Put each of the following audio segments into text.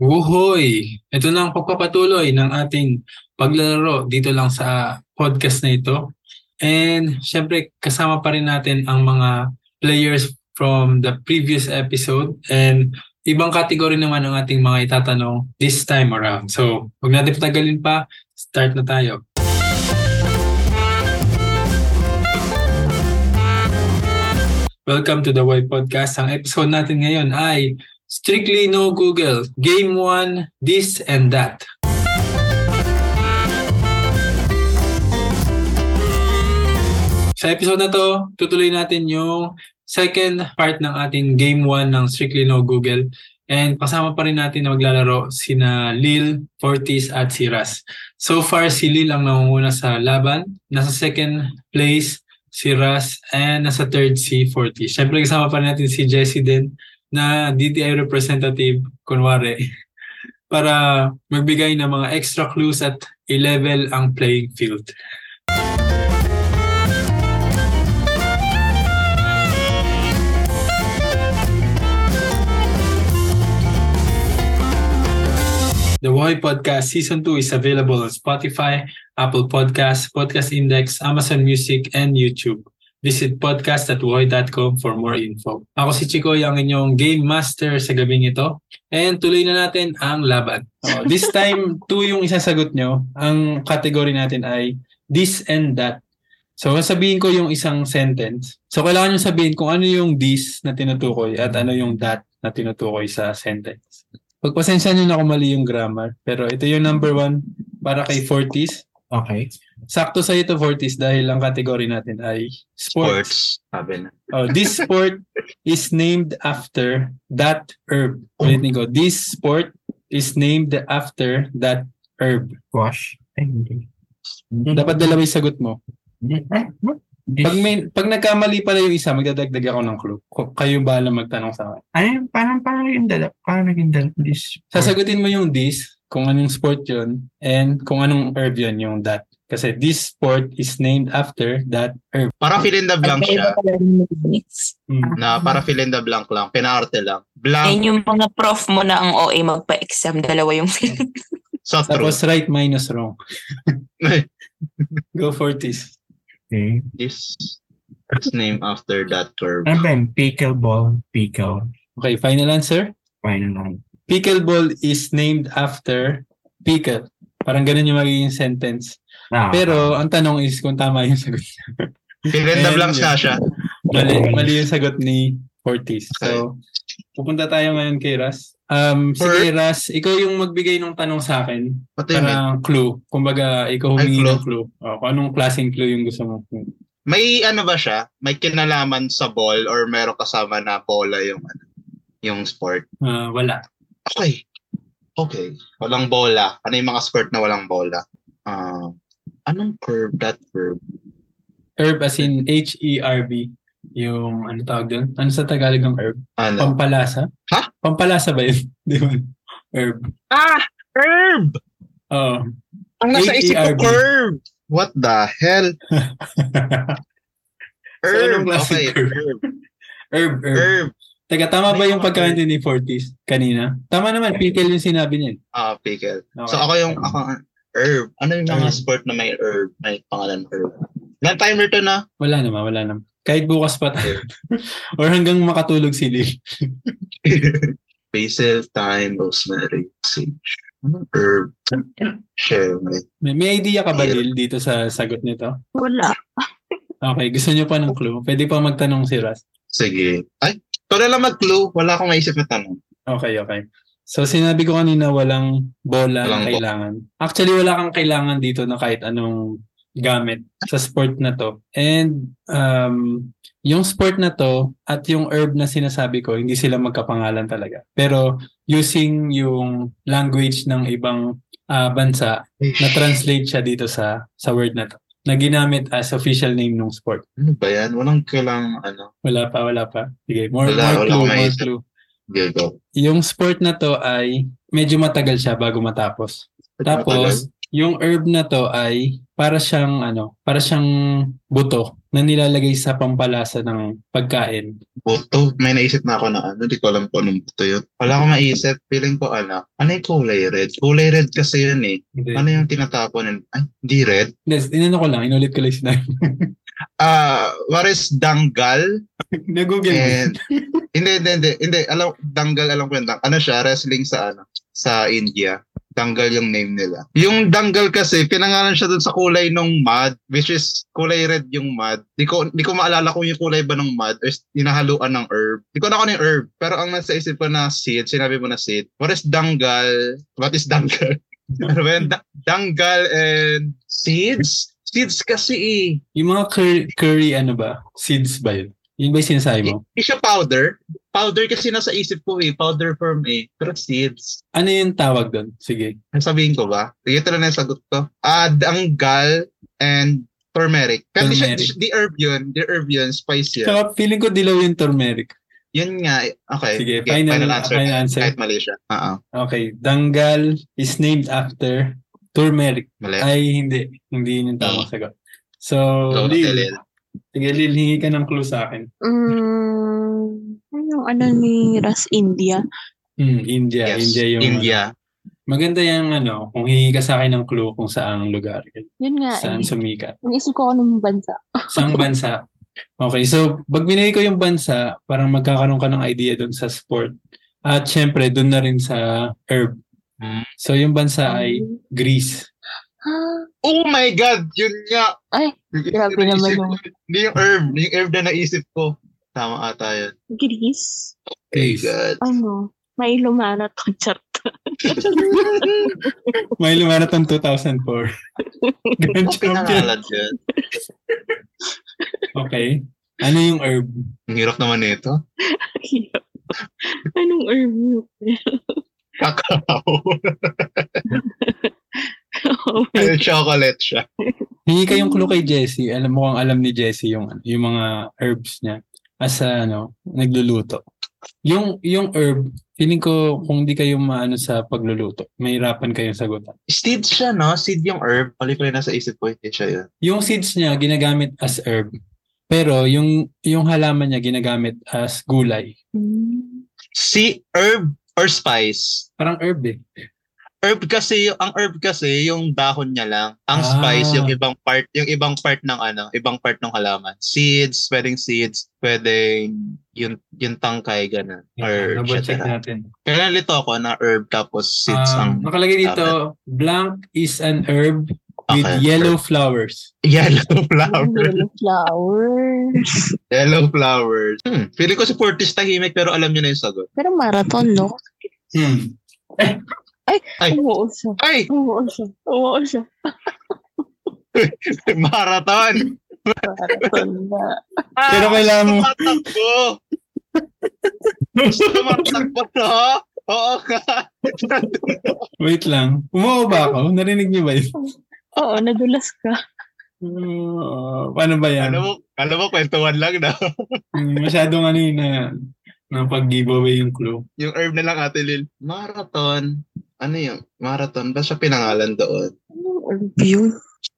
Wuhoy! Ito na ang pagpapatuloy ng ating paglalaro dito lang sa podcast na ito. And syempre kasama pa rin natin ang mga players from the previous episode and ibang kategory naman ang ating mga itatanong this time around. So, huwag natin patagalin pa, start na tayo. Welcome to the Why Podcast. Ang episode natin ngayon ay Strictly No Google, Game 1, This and That. Sa episode na to, tutuloy natin yung second part ng ating Game 1 ng Strictly No Google. And kasama pa rin natin na maglalaro sina Lil, Fortis at si Raz. So far, si Lil ang nangunguna sa laban. Nasa second place si Raz and nasa third si Fortis. Siyempre kasama pa rin natin si Jesse din na DTI representative, kunwari, para magbigay ng mga extra clues at i-level ang playing field. The Why Podcast Season 2 is available on Spotify, Apple Podcasts, Podcast Index, Amazon Music, and YouTube. Visit podcast.woy.com for more info. Ako si Chikoy, ang inyong game master sa gabing ito. And tuloy na natin ang laban. Oh, this time, two yung isasagot nyo. Ang category natin ay this and that. So, sasabihin ko yung isang sentence. So, kailangan nyo sabihin kung ano yung this na tinutukoy at ano yung that na tinutukoy sa sentence. Pagpasensya nyo na kung mali yung grammar. Pero ito yung number one para kay 40s. Okay. Sakto sa ito 40s dahil ang category natin ay sports. Sports. Sabi na. Oh, this sport is named after that herb. Ulit ko. This sport is named after that herb. Squash. Ay, hindi. Dapat dalawa yung sagot mo. Eh, what? This- Pag, may, pag nagkamali pala yung isa, magdadagdag ako ng clue. Ko- Kayo bahala magtanong sa akin. Ano yung, parang, parang yung dala, parang naging dala, this, Sasagutin mo yung this, kung anong sport yun, and kung anong herb yun, yung that. Kasi this sport is named after that herb. Para fill in the blank siya. Magkaiba pala yung units. Mm. Na para fill in the blank lang. Pinarte lang. Yan Blank yung mga prof mo na ang OA magpa-exam. Dalawa yung sa truth. Tapos right minus wrong. Go for this. okay. This is name after that verb. Ano ba yun? Pickleball, pickle, Okay, final answer? final line. pickleball is named after pickle. Parang ganun yung magiging sentence. Ah, Pero ang tanong is kung tama yung sagot. Fill in the Ayun blanks yun. na siya. Mali, mali yung sagot ni Fortis. So, pupunta tayo ngayon kay Ras. Um, sige Ras, ikaw yung magbigay ng tanong sa akin. What do you mean? Parang clue. Kumbaga, ikaw Ay, humingi clue. ng clue. O, kung anong klaseng clue yung gusto mo. May ano ba siya? May kinalaman sa ball or meron kasama na bola yung ano, yung sport? Ah, wala. Okay. Okay. Walang bola. Ano yung mga sport na walang bola? Ah, anong curve that verb? Herb as in H-E-R-B. Yung ano tawag doon? Ano sa Tagalog ng herb? Um, Ano? Pampalasa? Ha? Pampalasa ba yun? Di ba? Herb. Ah! Curve! Oo. E Ang nasa isip ko, H-E-R-B. curve! What the hell? So, anong Herb. klase Okay, curve? herb. herb, herb. Herb. Teka, tama ba May yung mga pagkakanti ni Fortis kanina? Tama naman, pickle yung sinabi niya. eh. Ah, pickle. Okay. So ako yung ako herb. Ano yung mga Herb. sport na may herb, may pangalan herb? Ilan timer to na? wala naman, wala naman. Kahit bukas pa tayo. Or hanggang makatulog si Lil. Basil, thyme, rosemary, sage. Ano herb? Sherry. May, may idea ka ba, Lil, dito sa sagot nito? Wala. Okay, gusto niyo pa ng clue? Pwede pa magtanong si Ras. Sige. Ay, ito na lang mag-clue. Wala akong maisip na tanong. Okay, okay. So sinabi ko kanina walang bola na Walang bo- kailangan. Actually wala kang kailangan dito na kahit anong gamit sa sport na to. And um, yung sport na to at yung herb na sinasabi ko, hindi sila magkapangalan talaga. Pero using yung language ng ibang ah, bansa, na-translate siya dito sa sa word na to. Na ginamit as official name ng sport. Ano ba yan? Walang kailang ano. Wala pa, wala pa. Sige, more, more Wala, wala clue, akong more maisip. clue. Here you go. Yung sport na to ay medyo matagal siya bago matapos. Tapos, yung herb na to ay para siyang ano, para siyang buto na nilalagay sa pampalasa ng pagkain. Buto. May naisip na ako na ano. Di ko alam po anong buto yun. Wala akong maisip. Feeling ko ano. Ano yung kulay red? Kulay red kasi yun eh. Hindi. Ano yung tinatapon? Ay, di red. Hindi, inano ko lang, inulit ko lang yung sinabi. Ah, what is dangal? Nag-google mo. And, hindi, hindi, hindi, hindi. Alam, danggal, alam ko yun. Dang- Ano siya, wrestling sa, ano, sa India. Danggal yung name nila. Yung danggal kasi, pinangalan siya dun sa kulay ng mud, which is kulay red yung mud. Di ko, di ko maalala kung yung kulay ba ng mud or is inahaluan ng herb. Di ko na kung ano yung herb. Pero ang nasa isip ko na seed, sinabi mo na seed. What is danggal? What is danggal? ano ba yun? Da- danggal and seeds? Seeds kasi eh. Yung mga cur- curry, ano ba? Seeds ba yun? Yun ba yung sinasabi mo? Hindi siya powder. Powder kasi nasa isip ko eh. Powder form eh. Pero seeds. Ano yung tawag doon? Sige. Sabihin ko ba? Ito na yung sagot ko. Ah, dangal and turmeric. Pero di siya, di, Turmeric. di herb yun. Di herb yun. Spice yun. Tsaka feeling ko dilaw yung turmeric. yun nga. eh. Okay. Sige, Okay, final, final answer. answer. Kahit mali siya. Oo. Okay, Dangal is named after turmeric. Mali. Ay, hindi. Hindi yun yung tamang Hmm. sagot. So, Ikaw na, Lil. Telel. Sige, Lil, hingi ka ng clue sa akin. Mm, yung ano ni Ras India. Hmm, India. Yes. India yung... ano. India. Maganda yung ano, kung hingi ka sa akin ng clue kung saang lugar. Yun nga Saan eh. sumikat. Naisip ko anong bansa. Saang bansa. Okay, so pag binigay ko yung bansa, parang magkakaroon ka ng idea doon sa sport. At syempre, doon na rin sa herb. Hmm. So yung bansa ay Greece. Ah, Oh my God! Yun nga! Ay, grabe Yun naman naisip yung ko. Hindi yung herb. Hindi yung herb na naisip ko. Tama ata yun. Greece. Hey, Greece. God. Ano? May lumana to. Char. May Marathon 2004. Grand champion. Pinangalan yun. Okay. Ano yung herb? Ang hirap naman nito. anong herb yun? Kakao. Oh my Ay, chocolate siya. Hingi kayong clue kay Jesse. Alam mo kung alam ni Jesse yung, ano, yung mga herbs niya. As a, ano, nagluluto. Yung, yung herb, feeling ko kung di kayo maano sa pagluluto, mahirapan kayong sagutan. Seed siya, no? Seed yung herb. Pali ko yun nasa isip ko, hindi siya yun. Yung seeds niya, ginagamit as herb. Pero yung, yung halaman niya, ginagamit as gulay. Hmm. Mm. Si herb or spice? Parang herb eh. Herb kasi, yung- ang herb kasi, yung dahon niya lang. Ang Ah. spice, yung ibang part, yung ibang part ng ano, ibang part ng halaman. Seeds, pwedeng seeds, pwedeng yung, yung tangkay, ganun. Ah, Or, Double check etc. natin. Kaya nalito ako na herb tapos seeds Um, ang nakalagay dito, blank is an herb with Ah, Okay, yellow flowers. yellow flower. Yellow flowers. yellow flowers. Hmm. Feeling ko si Fortis tahimik pero alam niyo na yung sagot. Pero marathon, no? Hmm. Ay. Oo siya. Ay! Oo siya. Oo siya. Marathon! Marathon na. Ah, Pero kailangan mo- Tumatakbo! Tumatakbo, no? Oo ka. Wait lang. Umuho ba ako? Narinig niyo ba yun? Oo, nadulas ka. Uh, paano ba yan? Alam mo, alam mo, kwentuhan lang na. Hmm, Masyadong ano yun na, na pag-giveaway yung clue. Yung herb na lang, Ate Lil. Marathon. Ano yung marathon? Ba siya pinangalan doon? Anong herb yun?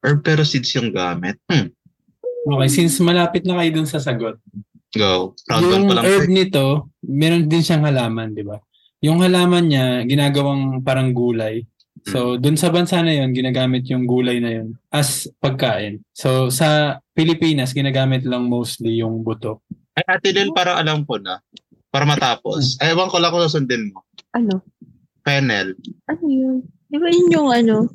Herb pero seeds yung gamit. Hmm. Okay, since malapit na kayo dun sa sagot, Go. Round one yung pa lang. herb nito, meron din siyang halaman, di ba? Yung halaman niya, ginagawang parang gulay. Hmm. So, dun sa bansa na yun, ginagamit yung gulay na yun as pagkain. So, sa Pilipinas, ginagamit lang mostly yung buto. Ay, Ate Lil, parang alam ko na. Para matapos. Ay, ewan ko lang kung susundin mo. Ano? Fennel. Ano yun? Di ba yun yung ano?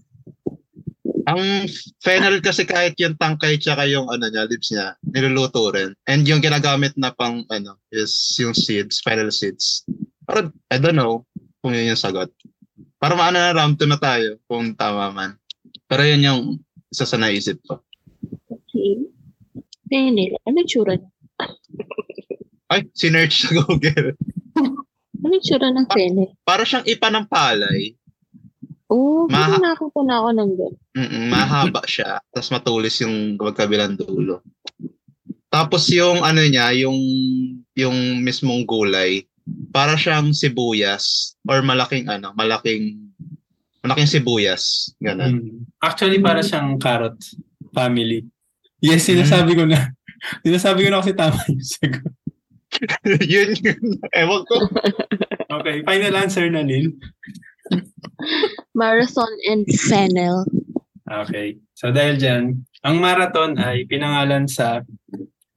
Ang fennel kasi kahit yung tangkay tsaka yung ano niya, leaves niya, niluluto rin. And yung ginagamit na pang ano is yung seeds, fennel seeds. Pero I don't know kung yun yung sagot. Para maano na round 2 na tayo kung tama man. Pero yun yung isa sa naisip ko. Okay. Penel. Ano yung tsura niya? Ay, sinerch sa Google. Ano yung tsura ng penel? Para siyang ipa ng palay. Oo, Maha- Maha- nakakita na ako ng ganun. Mm-mm, mahaba siya. Tapos matulis yung magkabilang dulo. Tapos yung ano niya, yung yung mismong gulay, para siyang sibuyas or malaking ano, malaking malaking sibuyas, Hmm. ganun. Hmm. Mm. Actually, para siyang carrot family. Yes, sinasabi ko na. Sinasabi ko na kasi tama yung sagot. yun yun. Ewan ko. Okay, final answer na, Lil. Marathon and Fennel. Okay. So dahil dyan, ang marathon ay pinangalan sa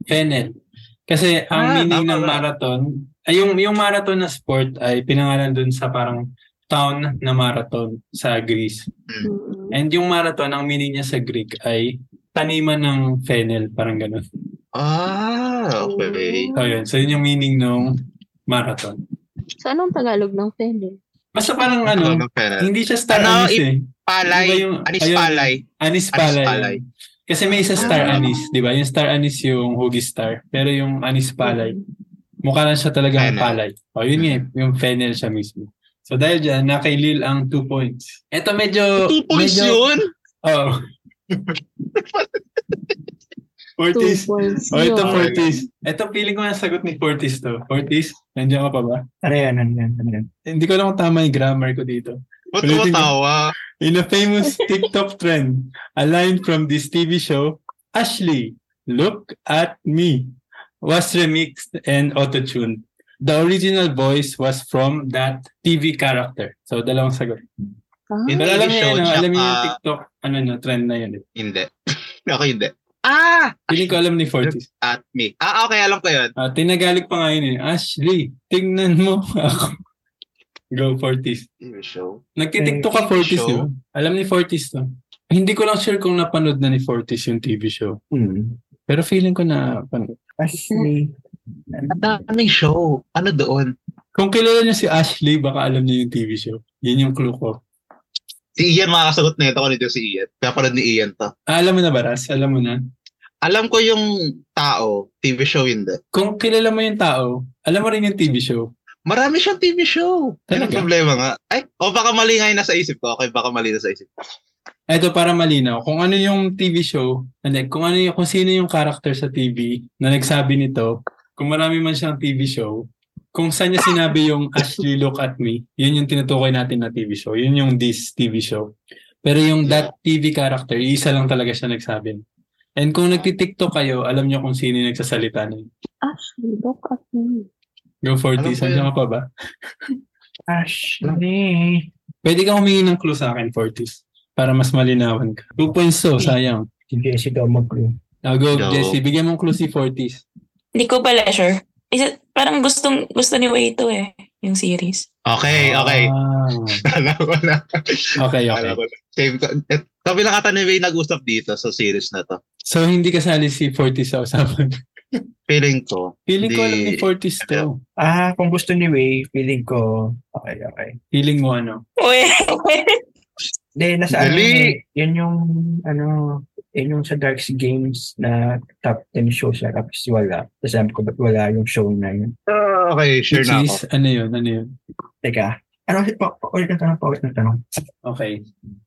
Fennel. Kasi ang Ah, meaning tama ng nga. marathon, ay yung, yung marathon na sport ay pinangalan dun sa parang town na marathon sa Greece. And yung marathon, ang meaning niya sa Greek ay taniman ng fennel, parang ganun. Ah, okay. Mm. So yun, so yun yung meaning ng marathon. So, anong Tagalog ng Fennel? Basta parang ano, Ano, pera? hindi siya star Ano, anise if- eh. Iba Palay. yung- Anis ayun. palay. Anis Anis pala. palay. yun. Kasi may isa star Ah. anise, di ba? Yung star anise yung hoagie star. Pero yung anis palay, mukha lang siya talaga ng Fennel. palay. O yun nga, yung fennel siya mismo. So dahil dyan, na kay Lil ang 2 points. Eto medyo... Two points medyo, oh. yun? Oo. Two Fortis. points. O Oh, Oh, ito yun. Fortis. Ito feeling ko na sagot ni Fortis to. Fortis, nandiyan ka pa ba? Ano yan? Ano yan? Ano yan? Hindi ko lang kung tama yung grammar ko dito. Ba't Ulitin mo. tumatawa? In a famous TikTok trend, a line from this TV show, Ashley, look at me, was remixed and auto-tuned. The original voice was from that TV character. So, dalawang sagot. Ah, Pero TV alam niyo show, yun, ah, alam niyo yung tsaka- TikTok, ano no, trend na yun. eh. Hindi. Ako hindi. Ah! Piling ko alam ni Fortis. At me. Ah, okay. Alam ko yun. Ah, tinagalig pa nga yun eh. Ashley, tingnan mo ako. Go, Fortis. TV show. Nagtitiktok ka, TV Fortis, show? di ba? Alam ni Fortis to. Hindi ko lang sure kung napanood na ni Fortis yung TV show. Hmm. Pero feeling ko na, pan- Ashley. Ang daming show. Ano doon? kung kilala niyo si Ashley, baka alam niyo yung TV show. Yun yung clue ko. Si Ian makakasagot na ito kung nito si Ian. Kapanood ni Ian to. Ah, alam mo na ba, Ras? Alam mo na. Alam ko yung tao. TV show hindi. Kung kilala mo yung tao, alam mo rin yung TV show. Marami siyang TV show. Yan ang Talaga? problema nga. Ay, o baka mali nga yung nasa isip ko. Okay, baka mali na sa isip ko. Ito para malinaw, kung ano yung TV show, ano, kung ano yung, kung sino yung character sa TV na nagsabi nito, kung marami man siyang TV show, kung saan niya sinabi yung Ashley look at me, yun yung tinutukoy natin na TV show. Yun yung this TV show. Pero yung that TV character, isa lang talaga siya nagsabi. And kung nagtitiktok kayo, alam niyo kung sino yung nagsasalita nun. Ashley, look at me. Go 40, Alam ko saan yun. ka pa ba? Ashley. Pwede kang humingi ng clue sa akin, 40s, para mas malinawan ka. 2 points to, sayang. Hindi siya daw mag-clue. Now go, No. Jesse, bigyan mong clue si 40s. Hindi ko pala sure. Isa, parang gustong, gusto ni Way to eh, yung series. Okay, okay. Ah. Alam ko na. Okay, okay. Alam ko na. Same ko. Eh, Kami lang ata ni Ray nag-usap dito sa series na to. So, hindi kasali si 40 sa usapan. Feeling ko. Feeling ko alam ni Hindi. 40s to. Ah, kung gusto ni Way, feeling ko, okay, okay. Feeling mo ano? Uy! Hindi, nasa ano, Dali! eh, yan yung, ano, yan yung sa Darks Games na top 10 shows na tapos wala. Tapos sabi ko, ba't wala yung show na yun? Ah, okay, sure Which na ako. is, ano yun, ano yun? Teka, ano si pa, pa, ulit na tanong, pa, ulit na tanong. Okay.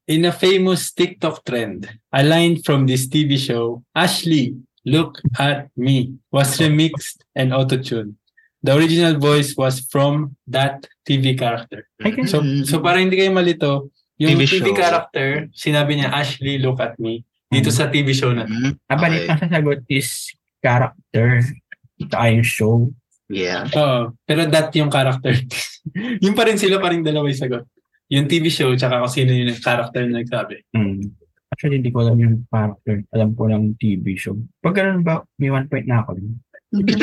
In a famous TikTok trend, a line from this TV show, Ashley, look at me, was remixed and auto-tuned. The original voice was from that TV character. I Mm-hmm. can- So, so para hindi kayo malito, yung TV TV, show. character, sinabi niya, Ashley, look at me, dito sa TV show na to. Mhm. Ah, balik, Okay. ang sasagot is character. Tsaka yung show. Yeah. Oo. Pero that yung character. yung pa rin sila, parang dalawa yung sagot. Yung TV show, tsaka kung sino yung character na nagsabi. Hmm. Actually, hindi ko alam yung character. Alam ko lang TV show. Pag ganun ba, may one point na ako. Mm-hmm.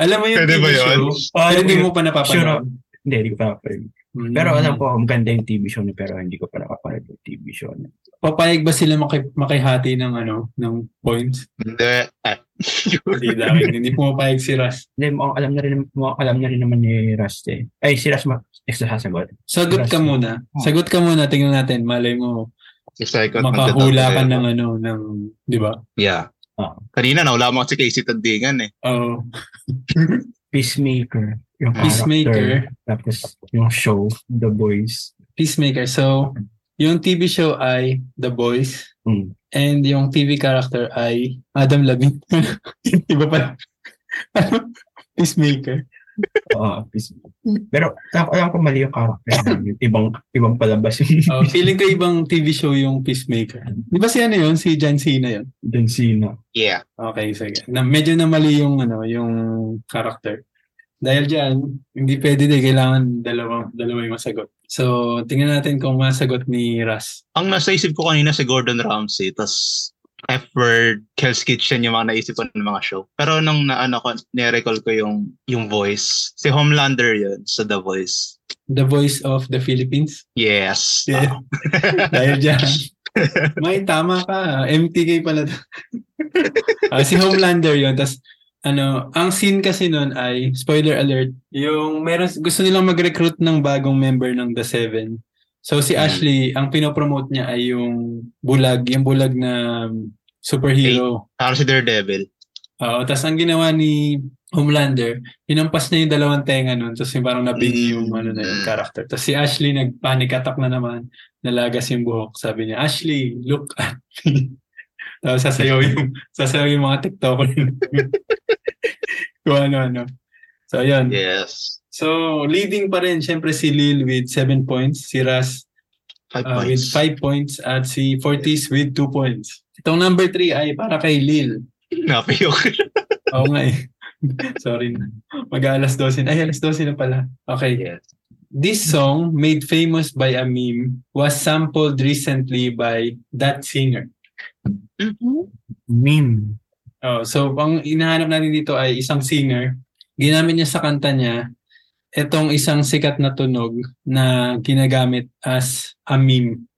Alam mo yung Pwede TV ba yun? show, pero hindi mo pa napapanood. Hindi, hindi ko pa napapanood. Mm. Pero Mm-hmm. alam ko, maganda yung TV show niya, pero hindi ko pa nakapanood yung TV show niya. Papayag ba sila maki- makihati ng ano, ng points? Hindi. Ah. Hindi dahil hindi pumapayag si Ras. Hindi, mukhang alam na rin, mukhang alam na rin naman ni Rust eh. Ay, si Rust, ma- next na sasagot. Sagot ka Ras. muna. Oh. Sagot ka muna, tingnan natin. Malay mo, Psycho. makahula ka ng ano, ng, di ba? Yeah. Ah. Kanina, nawala mo si Casey Tandingan eh. Oh, Peacemaker. Yung character. Peacemaker. Tapos yung show, The Boys. Peacemaker. So, yung TV show ay The Boys. Mm. And yung TV character ay Adam Levine. Iba pala. Peacemaker. Oo, Ah, Peacemaker. Pero alam, alam ko mali yung character. niya. ibang, ibang palabas yung Oh, feeling ko ibang TV show yung Peacemaker. Di ba si ano yun? Si John Cena yun? John Cena. Yeah. Okay, sige. Na, medyo namali yung ano, yung character. Dahil diyan, hindi pwede din kailangan dalawa dalawa yung masagot. So, tingnan natin kung masagot ni Ras. Ang nasa isip ko kanina si Gordon Ramsay, tas F-word, Hell's Kitchen, yung mga naisip ko ng mga show. Pero nung naano ko, nirecall ko yung, yung voice. Si Homelander yun sa The Voice. The voice of the Philippines. Yes. Yeah. Dahil diyan. May tama ka. MTK pala. to. Ah, si Homelander yun. Tapos, ano, ang scene kasi nun ay, spoiler alert, yung meron, gusto nilang mag-recruit ng bagong member ng The Seven. So, si Hmm. Ashley, ang pinopromote niya ay yung bulag, yung bulag na superhero. Parang si Daredevil. Oo, tapos ang ginawa ni Homelander, hinampas niya yung dalawang tenga nun, tapos yung parang nabingi yung Mm. ano na yung character. Tapos si Ashley nag-panic attack na naman, nalagas yung buhok. Sabi niya, Ashley, look at me. tapos sasayaw yung, sasayaw yung mga TikToker. Kung ano-ano. So, yun. Yes. So, leading pa rin, syempre si Lil with 7 points, si Raz Five uh, with points. 5 points, at si Fortis with 2 points. Itong number 3 ay para kay Lil. Napiyok. Oo nga eh. Sorry na. Mag-alas 12. Ay, alas 12 na pala. Okay. yes. This song, made famous by a meme, was sampled recently by that singer. Meme. Oh, so, ang inahanap natin dito ay isang singer. Ginamit niya sa kanta niya itong isang sikat na tunog na ginagamit as a meme.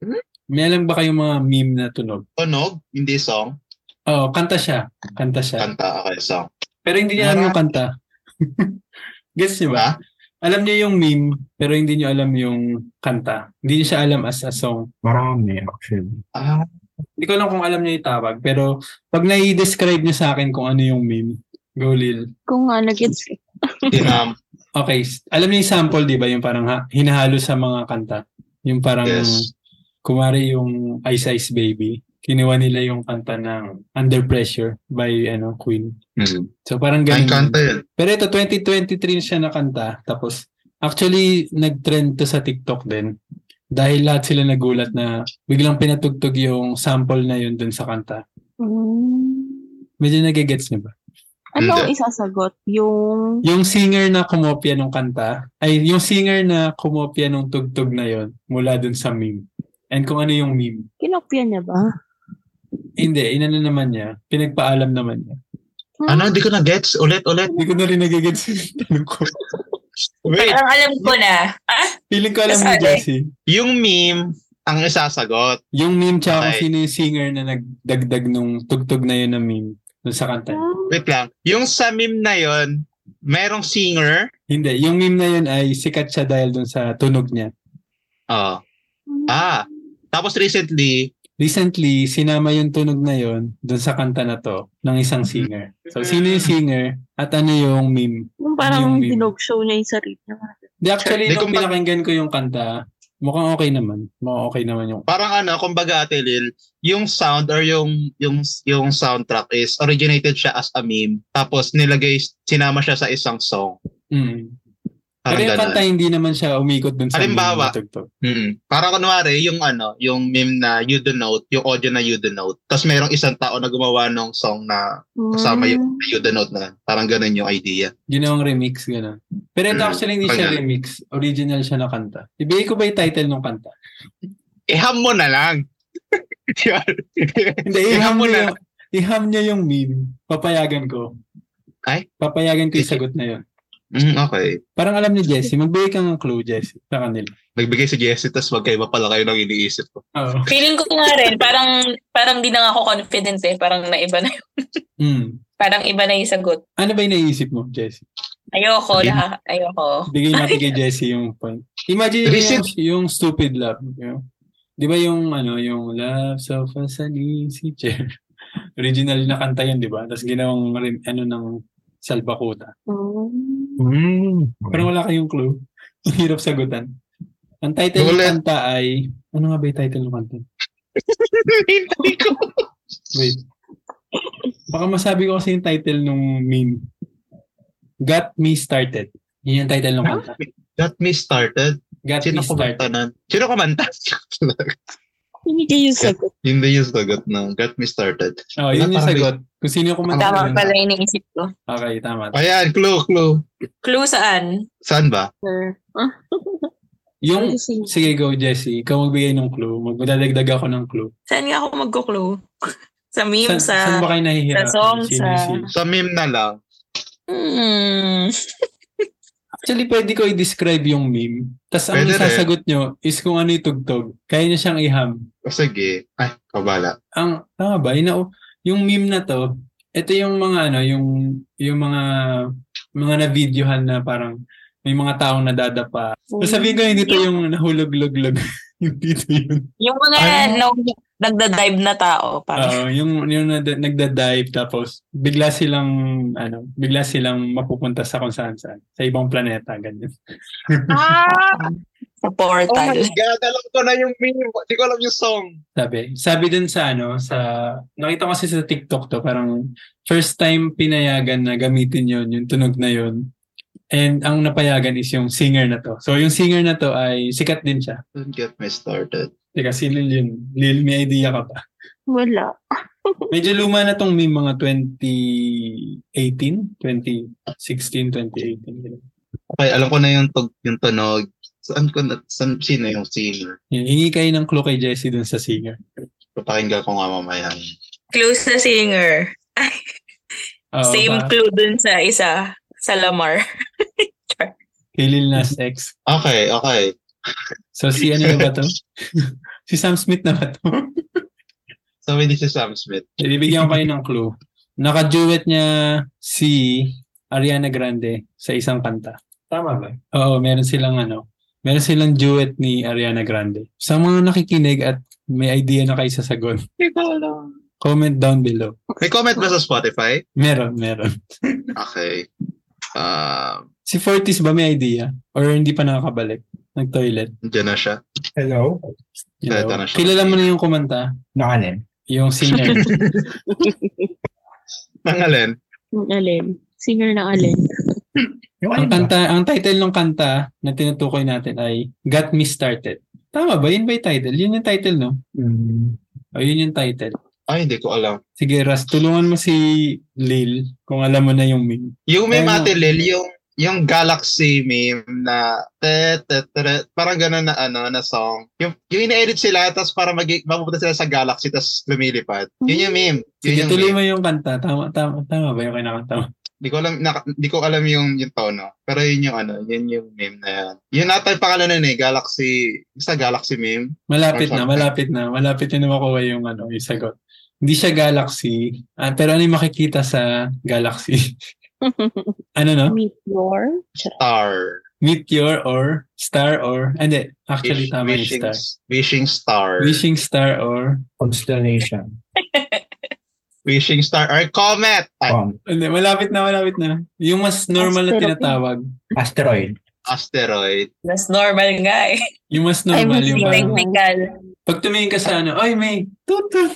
May alam ba kayong mga meme na tunog? Tunog, hindi song. Oh, kanta siya. Kanta siya. Kanta, okay, song. Pero hindi niya alam yung kanta. Guess niyo ba? Ha? Alam niya yung meme, pero hindi niyo alam yung kanta. Hindi niya siya alam as a song. Marami actually. Ah, Hindi ko alam kung alam niya yung tawag, pero pag nai-describe niya sa akin kung ano yung meme, go Lil. Kung nga, nag-gets tinam. Okay, s- alam niya yung sample, di ba? Yung parang ha- hinahalo sa mga kanta. Yung parang, Yes. kumari yung Ice Ice Baby, kinuha nila yung kanta ng Under Pressure by ano Queen. Mm. So parang Ay, ganun. kanta yun. Pero ito, 2023 siya nakanta. Tapos, actually, nag-trend to sa TikTok din. Dahil lahat sila nagulat na biglang pinatugtog yung sample na yun dun sa kanta. Mm. Medyo nagigets niyo ba? Hmm. Ano Hindi. ang isasagot? Yung Yung singer na kumopya nung kanta, ay yung singer na kumopya nung tugtog na yun mula dun sa meme. And kung ano yung meme. kinopya niya ba? Hindi, inano naman niya. Pinagpaalam naman niya. Ano, hindi ko na-gets. Ulit, ulit. Hindi ko na rin nagigets yung tanong ko. Wait, Ang alam ko na. Ah, Feeling ko alam mo, Sorry. Jessie. yung meme, ang isasagot. Yung meme tsaka kung Okay. sino yung singer na nagdagdag nung tugtog na yun na meme dun sa Ah, kanta. niya. ano? Wait lang. Yung sa meme na yun, merong singer. Hindi, yung meme na yun ay sikat siya dahil dun sa tunog niya. Oh. Ah. Tapos recently, Recently, sinama yung tunog na yun dun sa kanta na to ng isang singer. So, sino yung singer at ano yung meme? Yung parang Yung meme. dinog show niya yung sarili niya. Di actually, Di, nung kumbaga- pinakinggan ko yung kanta, mukhang okay naman. Mukhang okay naman yung... parang ano, kumbaga Ate Lil, yung sound or yung yung yung soundtrack is originated siya as a meme. Tapos nilagay sinama siya sa isang song. Mm. Pero Parang yung kanta, Ah, ganun. hindi naman siya umikot dun sa meme Halimbawa, na tugtog. Mm. Parang kunwari, yung ano, yung meme na You The Note, yung audio na You The Note. Tapos merong isang tao na gumawa ng song na kasama yung You The Note na. Parang ganun yung idea. Ginawang remix, gano'n. Pero ito Mm, actually hindi siya ganun. remix. Original siya na kanta. Ibigay ko ba yung title ng kanta? Iham mo na lang. Hindi, iham mo yung, iham niya yung meme. Papayagan ko. Ay? Papayagan ko yung Sige. sagot na yun. Mm, okay. Parang alam ni Jesse, magbigay ka ng clue, Jesse, sa kanila. Nagbigay si Jesse, tapos magkaiba pala kayo ng iniisip ko. Oo. feeling ko nga rin, parang, parang di na nga ako confident eh. Parang naiba na, Mm. parang iba na yung sagot. Ano ba yung naisip mo, Jesse? Ayoko, Sige. na, ayoko. Bigay natin kay Jesse yung point. Imagine mo yung, Recent- yung stupid love. you know? Di ba yung, ano, yung love so fast and easy, Jer? Original na kanta yun, di ba? Tapos ginawang, rem- ano, ng salbakuta. hmm. Mm. Parang wala kayong clue. Ang hirap sagutan. Ang title ng Ulit. kanta ay... Ano nga ba yung title ng kanta? Hindi ko. Wait. Baka masabi ko kasi yung title nung meme. Got Me Started. Yun yung title ng kanta. Got me started. Got me Sino started. kumanta nun? Sino kumanta? Hindi yung sagot. Yun din yung sagot na. Got me started. Oh, yun Wala yung pang sagot. Kung sino kumanta. Tama nun. pala yung naisip ko. Okay, tama. Ayan, clue, clue. Clue saan? Saan ba? Sir. Yung, Kasi- sige, go, Jesse. Ikaw magbigay ng clue. Magdadagdag ako ng clue. Saan nga ako magko-clue? sa meme, Saan, saan sa... ba kayo nahihirapan? sa song, Sino sa- si- Sa meme na lang. Hmm. Actually, pwede ko i-describe yung meme. Tapos ang Pwede rin. sasagot nyo is kung ano yung tugtog. Kaya niya siyang iham. O sige. Ay, kabala. Ang, tama ba? Ina, yung meme na to, ito yung mga ano, yung, yung mga, mga na-videohan na parang may mga taong nadadapa. So, sabihin ko, hindi to yung nahulog-log-log. hindi to yun. Yung mga Ano? ano? nagda-dive na tao. Oo, Parang. yung, yung nada- nagda-dive tapos bigla silang, ano, bigla silang mapupunta sa kung saan saan. Sa ibang planeta, ganyan. ah! Oh Sa my portal. God, alam ko na yung meme. Hindi ko alam yung song. Sabi, sabi dun sa ano, sa, nakita ko kasi sa TikTok to, parang first time pinayagan na gamitin yon yung tunog na yon And ang napayagan is yung singer na to. So yung singer na to ay sikat din siya. Don't get me started. Teka, si Lil yun. Lil, may idea ka ba? Wala. Medyo luma na tong meme mga 2018, 2016, 2018. Okay, alam ko na yung, tug, yung tunog. Saan ko na, saan, sino yung singer? Yan, hingi kayo ng clue kay Jesse dun sa singer. Papakinggan ko nga mamaya. Clue sa singer. Oo, Same Ah, ba? clue dun sa isa. Sa Lamar. Kay Lil Nas X. Okay, okay. So si ano na ba to? si Sam Smith na ba to? So, hindi si Sam Smith. Ibigyan Eh, ko kayo ng clue. Naka-duet niya si Ariana Grande sa isang kanta. Tama ba? Oo, meron silang ano. Meron silang duet ni Ariana Grande. Sa mga nakikinig at may idea na kayo sa sagot, Hindi ko alam. comment down below. May comment ba sa Spotify? Meron, meron. Okay. Um, Si Fortis ba may idea? Or hindi pa nakakabalik? Nag-toilet? Diyan na siya. Hello? Hello? Teta na siya. Kilala mo na yung kumanta? Nakanin? Yung singer. Ang alin? Yung alin. Singer ng alin. Yung Ang alin ba? kanta, ang title ng kanta na tinutukoy natin ay Got Me Started. Tama ba? Yun ba yung title? Yun yung title, no? Mm, O Oh, yun yung title. Ay, hindi ko alam. Sige, Ras, tulungan mo si Lil kung alam mo na yung meme. Yung meme, Ayun. Ate Lil, yung, yung Galaxy meme na te, te, tere, parang gano'n na ano na song. Yung, yung ina-edit sila tapos para mag mapupunta sila sa Galaxy tapos lumilipad. Yun yung meme. Hmm. Yun Sige, yung tuloy meme. mo yung kanta. Tama, tama, tama ba yung kinakanta mo? Di ko alam, naka- di ko alam yung, yung tono. Pero yun yung ano, yun yung meme na yan. Yun natin pangalan nun eh, Galaxy, sa Galaxy meme. Malapit na, Okay. malapit na. Malapit na makuha yung, ano, yung sagot. Hindi siya Galaxy, ah, pero ano yung makikita sa Galaxy? ano no? Meteor. Star. Meteor or star or... ah, Hindi, actually Wish- tama yung wishing, star. wishing star. Wishing star or... constellation. Wishing star or comet. Oh. Ay, Um, Hindi, malapit na, malapit na. Yung mas normal na Asteroid. tinatawag. asteroid. asteroid. That's normal nga eh. Yung mas Ay, normal mas yung normal. parang, Technical. pag tumingin ka sa ano, ay may tutut.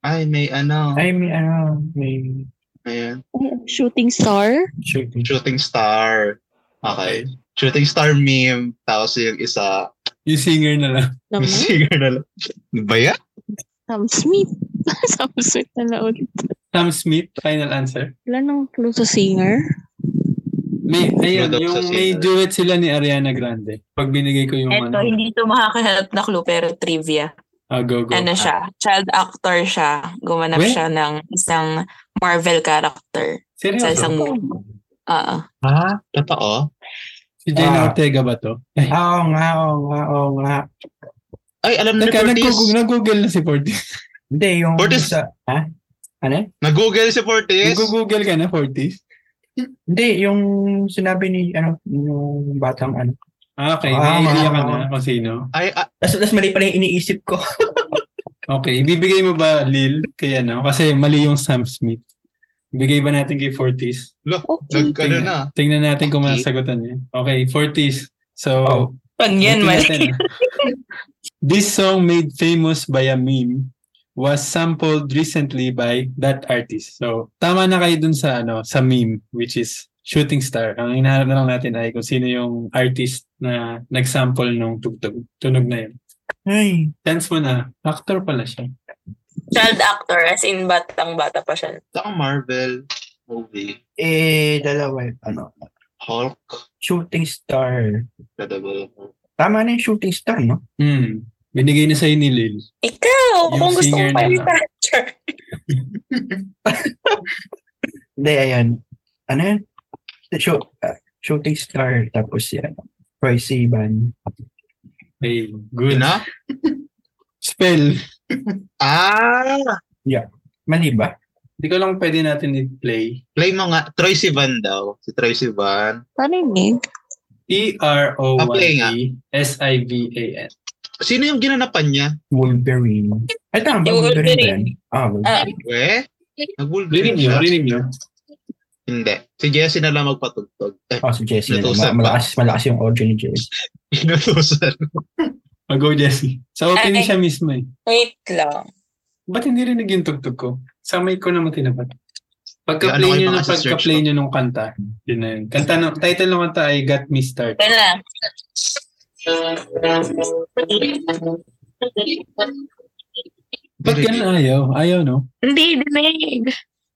Ay, may ano. Ay, may ano, may Ayan. Shooting star. shooting. Shooting star. Okay. Shooting star meme. Tapos yung isa. Yung singer na lang. Yung Naman. singer na lang. Ano Ba yan? Sam Smith. Sam Smith na laon. Sam Smith, final answer. Wala nang clue sa singer. May, ayun, Product yung sa may singer. duet sila ni Ariana Grande. Pag binigay ko yung Eto, ano, hindi to makakahelp na clue pero trivia. ah, go, go. Ano siya? Child actor siya. Gumanap Wait. siya ng isang Marvel character sa Seryoso? isang movie. Oo. Ha? Totoo? Si Jenna Ah. Ortega ba to? Ay, Oo nga, oo nga, oo nga. Ay, Ah, alam na ni Teka, Fortis. nag-google, nag-google na si Fortis. Hindi, yung Fortis- sa... Ha? Ano? Nag-google si Fortis. Nag-google ka na, Fortis? Hindi, yung sinabi ni, ano, yung batang ano. Ah, Okay, Ah, may idea ka ah, na ah. kung sino. Ay, ah, Tapos, tapos mali pala yung iniisip ko. Okay, ibibigay mo ba, Lil, kay ano? Kasi mali yung Sam Smith. Ibigay ba natin kay Fortis? Okay. nag ano na. Tingnan natin kung Okay. masasagutan niya. Okay, Fortis. So, Oh, Pag yan, Buti mali. natin, ah. This song made famous by a meme was sampled recently by that artist. So, tama na kayo dun sa ano, sa meme which is shooting star. Ang hinahanap na lang natin ay kung sino yung artist na nag-sample nung tugtog. Tunog na yun. Ay. Tense mo na. Actor pala siya. Child actor, as in batang bata pa siya. Saka Marvel movie. Eh, dalawa. Ano? Hulk. Shooting star. The Double Hulk. Tama na yung shooting star, no? Hmm. Binigay na sa'yo ni Lil. Ikaw, Yung kung gusto singer kong na- palitan. Hindi, ayan. Ano yan? The Show, ah, shooting star. Tapos yan. Troy Sivan. Hey, good. Yun na? Spell. Ah! Mali ba? Hindi ko lang pwede natin i-play. Play mo nga. Troy Sivan daw. Si Troy Sivan. Parinig. Ah, play nga. E T-R-O-Y-E-S-I-V-A-N. Sino yung ginanapan niya? Wolverine. Ay, tama ba? Yung Wolverine. ba Wolverine. yan? Ah, Wolverine. Ah, We? Rinig Nag-Wolverine nyo, siya? rinig nyo. Hindi. Si Jesse na lang magpatugtog. Ah. Eh, Oh, si Jesse. na lang. Natusan Ma- ba? malakas, malakas yung audio ni Jesse. inutusan. Mag-go, Jesse. Sa opening Ay. siya mismo eh. wait lang. Ba't hindi rinig yung tugtog ko? Sa mic ko naman tinapat. Ano kayo Pagka-play nyo, mga nung, sa search pagka-play nyo nung kanta. Yun na yun. Kanta ng, title ng kanta ay Got Me Started. Yun lang. Ba't ganun ayaw? Ayaw, no? Hindi, dinig.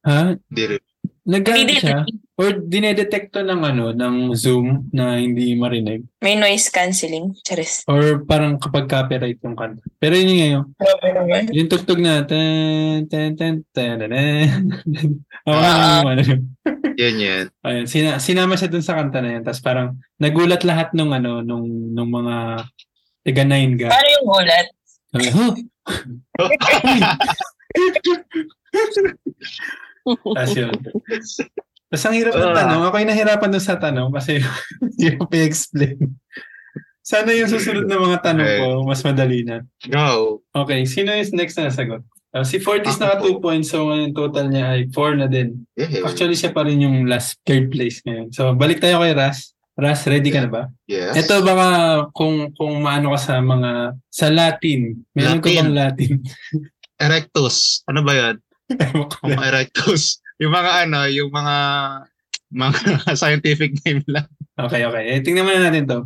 Ha? Dire. nag Hindi siya? Or dinedetekto ng ano, ng Zoom na hindi marinig? May noise cancelling. Charis. Or parang kapag copyright yung kanta? Pero yun yung ngayon. Grabe naman. Yung tugtog na, ten, ten, ten, ten, ten, ten. Ako nga, Ah, ah. ano yun. Yan yan. Ayun, sina, sinama siya dun sa kanta na yun. Tapos parang nagulat lahat nung ano, nung, nung mga tiga nine ga. Paano yung ulat? Sabi, huh? Tapos yun. Tapos ang hirap ng Ah. tanong. Ako yung nahirapan dun sa tanong kasi hindi ko pa-explain. Sana yung susunod na mga tanong ko, mas madali na. Go. Okay, sino yung next na nasagot? Ah, si Fortis Ako naka 2 po. points, so ngayon total niya ay 4 na din. Yeah. Actually, siya pa rin yung last third place ngayon. So, balik tayo kay Ras. Ras, ready ka na ba? yes. Ito baka kung kung maano ka sa mga sa Latin. Meron ka Latin. bang Latin? Erectus. Ano ba yan? Ewan ko Homo lang. erectus. Yung mga ano, yung mga mga scientific name lang. okay, okay. Eh, tingnan muna natin to.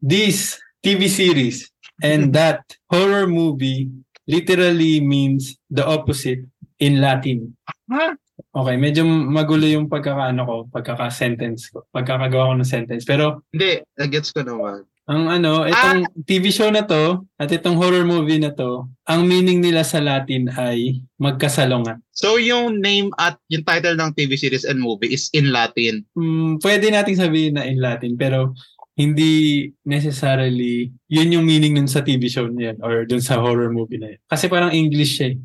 This TV series and Mm-hmm. that horror movie literally means the opposite in Latin. Ha? Okay, medyo magulo yung pagkakaano ko, pagkaka-sentence ko, pagkakagawa ko ng sentence. Pero Hindi, nag-gets ko naman. ang ano, itong TV show na to at itong horror movie na to, ang meaning nila sa Latin ay magkasalungat. So yung name at yung title ng TV series and movie is in Latin. mm, pwede nating sabihin na in Latin pero hindi necessarily yun yung meaning nun sa TV show na yun or dun sa horror movie na yun. Kasi parang English siya eh.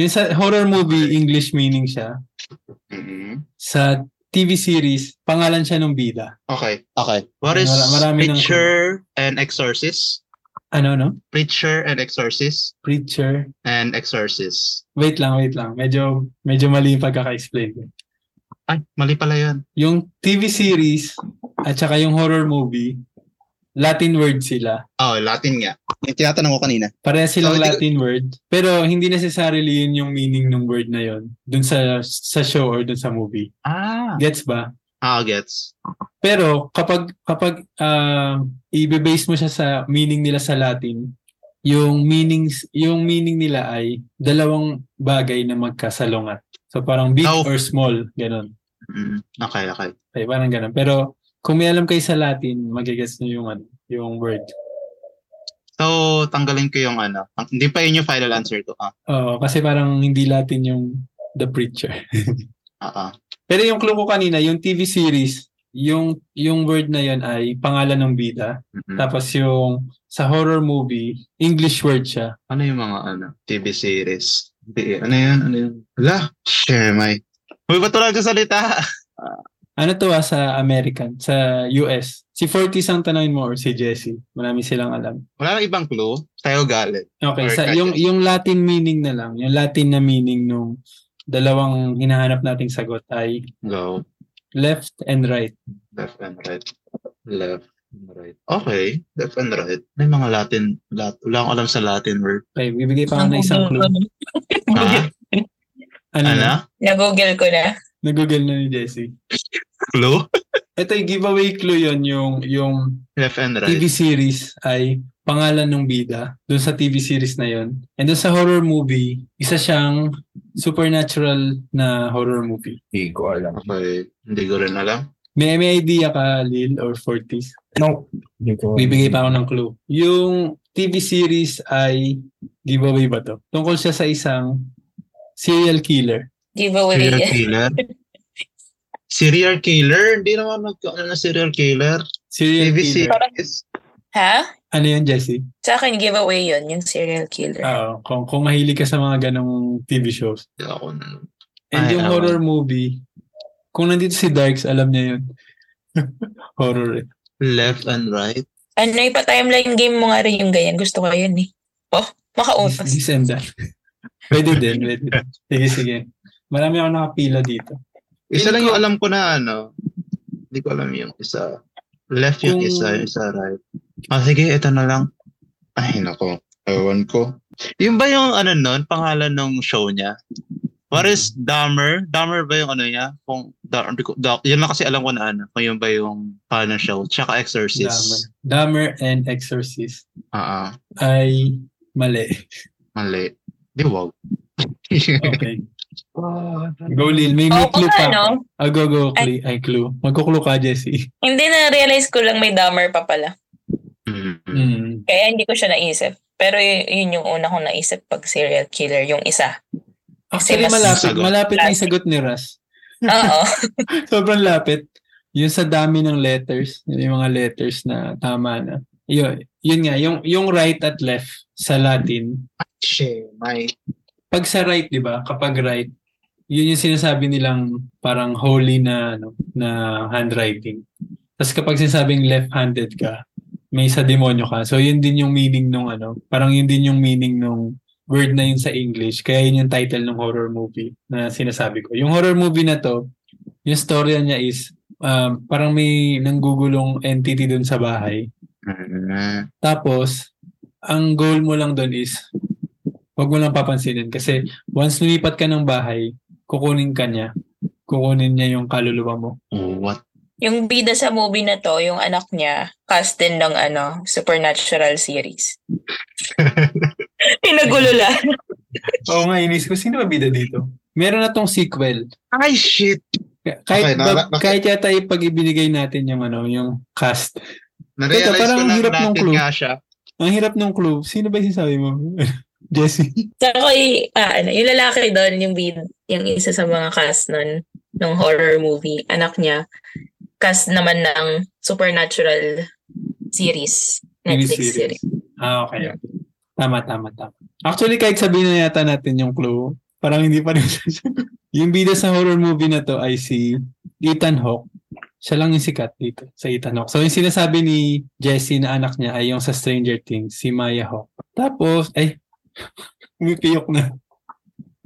Yung sa horror movie, English meaning siya. Mhm. Sa TV series, pangalan siya ng bida. Okay. Okay. What is Mara- marami ng- preacher and exorcist? Ano no? Preacher and exorcist Preacher. and exorcist. Wait lang, wait lang. Medyo, medyo mali yung pagkaka-explain ko. Ay, mali pala yan. Yung TV series at saka yung horror movie, Latin word sila. Oh, Latin nga. Yung tinatanong ko kanina. Pareha silang So, hindi- Latin word, pero hindi necessarily yun yung meaning ng word na yun dun sa sa show or dun sa movie. Ah. Gets ba? Ah, gets. Pero kapag kapag ah, ibe-base mo siya sa meaning nila sa Latin, yung meanings yung meaning nila ay dalawang bagay na magkasalungat. So parang big Oh. or small, ganun. Mm, Okay, okay. Okay, parang ganun. Pero kung may alam kayo sa Latin, magigets niyo yung ano, yung word. So, tanggalin ko yung ano. Ang- Hindi pa yun yung final answer ko. Ah, Oo, kasi parang hindi Latin yung the preacher. ah, ah. Pero yung clue ko kanina, yung TV series, yung yung word na yun ay pangalan ng bida. Mhm. Tapos yung sa horror movie, English word siya. Ano yung mga ano? TV series. Hindi, Ano yan? Ano yun? Wala. Share my. Uy, ba't wala ka salita? Ano to ah, sa American, sa US? Si Fortis ang tanawin mo or si Jesse? Marami silang alam. Wala nang ibang clue. Tayo galit. Okay, Or sa kaya. yung yung Latin meaning na lang, yung Latin na meaning nung dalawang hinahanap nating sagot ay Go. left and right. Left and right. Left and right. Okay. Left and right. May mga Latin. Lat, wala akong alam sa Latin word. Okay, bibigay pa ako ng isang clue. Ano? Ah, Ano? ano? na? Nag-google ko na. Nag-google na ni Jesse. Clue? Ito yung giveaway clue yun, yung, yung Left and right. TV series ay pangalan ng bida doon sa TV series na yon. And doon sa horror movie, isa siyang supernatural na horror movie. Hindi ko alam. Okay. eh, Hindi ko rin alam. May, may idea ka, Lil, or 40s? No, Ano? hindi ko. Bibigay pa ako ng clue. Yung TV series ay giveaway ba to? Tungkol siya sa isang serial killer. Giveaway. eh. Serial killer. serial killer? Hindi naman nagkaano na serial killer. Serial TV killer. series. ha? Ano yun, Jesse? Sa akin, giveaway yun, yung serial killer. Oo. Kung, kung mahilig ka sa mga ganong TV shows. Hindi ako na. And Ay, yung ewan. horror movie, kung nandito si Darks, alam niya yun. horror eh. Left and right. Ano yung pa-timeline game mo nga rin yung ganyan. Gusto ko yun eh. Oh, This, makaupas. this and that. Pwede din, pwede. din. Sige, sige. Marami ako nakapila dito. Isa lang Hindi ko- yung alam ko na ano. Hindi ko alam yung isa. Left yung Kung- isa, yung isa right. Ah, sige, ito na lang. Ay, nako. Ewan ko. Yung ba yung ano nun, pangalan ng show niya? What is Dahmer? Dahmer ba yung ano niya? Kung, da, hindi ko- da, yun lang kasi alam ko na ano. Kung yun ba yung pangalan ng show? Tsaka Dahmer. Exorcist. Dahmer and Exorcist Ah, ah. ay mali. Mali. Di wag. Okay. Go, Lil. May, may Oo clue nga, pa. ako. no? Ah, go, go. Clue. Ay, clue. Magkuklo ka, Jesse. Hindi na-realize ko lang may dammer pa pala. Mm. Mm. Kaya hindi ko siya naisip. Pero y- yun yung una kong naisip pag serial killer, yung isa. Actually, Kasi mas- malapit. Sagot. Malapit na yung sagot ni Ras. Oo. Sobrang lapit. Yung sa dami ng letters, yun yung mga letters na tama na. Yun, yun nga, yung, yung right at left sa Latin. Shit, my. Pag sa right, di ba? Kapag right, yun yung sinasabi nilang parang holy na, ano, na handwriting. Tapos kapag sinasabing left-handed ka, may sa demonyo ka. So yun din yung meaning nung ano, parang yun din yung meaning nung word na yun sa English. Kaya yun yung title ng horror movie na sinasabi ko. Yung horror movie na to, yung storya niya is um, parang may nanggugulong entity dun sa bahay. Mm-hmm. Tapos, ang goal mo lang doon is, wag mo lang papansinin. Kasi once lumipat ka ng bahay, kukunin ka niya. Kukunin niya yung kaluluwa mo. What? yung bida sa movie na to, yung anak niya, cast din ng ano, supernatural series. Pinagulo lang. Oo nga, inis ko. Sino ba bida dito? Meron na tong sequel. Ay, shit. K- Kahit, Okay, na- ba- na- kahit yata pag ibinigay natin yung, ano, yung cast. Narealize Teka, parang ko ang na hirap ng natin clue. nga siya. Ang hirap ng clue. Sino ba yung sinasabi mo? Jesse? Saka y- ah, ano, yung lalaki doon, yung bid, yung isa sa mga cast nun, ng horror movie, anak niya, cast naman ng supernatural series. Netflix Miniseries. series. Ah, okay. okay. Tama, tama, tama. Actually, kahit sabihin na yata natin yung clue, parang hindi pa rin sasagot. Yung bida sa horror movie na to ay si Ethan Hawke. Siya lang yung sikat dito sa Ethan Hawke. So, yung sinasabi ni Jessie na anak niya ay yung sa Stranger Things, si Maya Hawke. Tapos, ay, umipiyok na.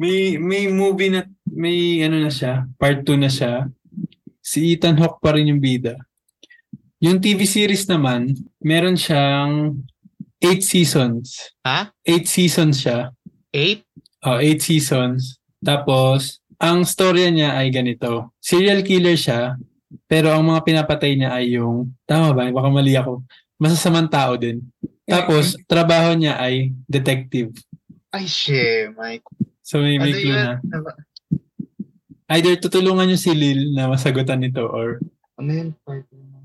May, may movie na, may ano na siya, part 2 na siya. Si Ethan Hawke pa rin yung bida. Yung TV series naman, meron siyang eight seasons. Ha? Eight seasons siya. Eight? Oh, eight seasons. Tapos, ang storya niya ay ganito. Serial killer siya, pero ang mga pinapatay niya ay yung, tama ba? Baka mali ako. Masasamang tao din. Tapos, Mm-hmm. trabaho niya ay detective. Ay, shit, my. So, may, may Ano clue yun? na. Either tutulungan niyo si Lil na masagutan nito or Ano yun?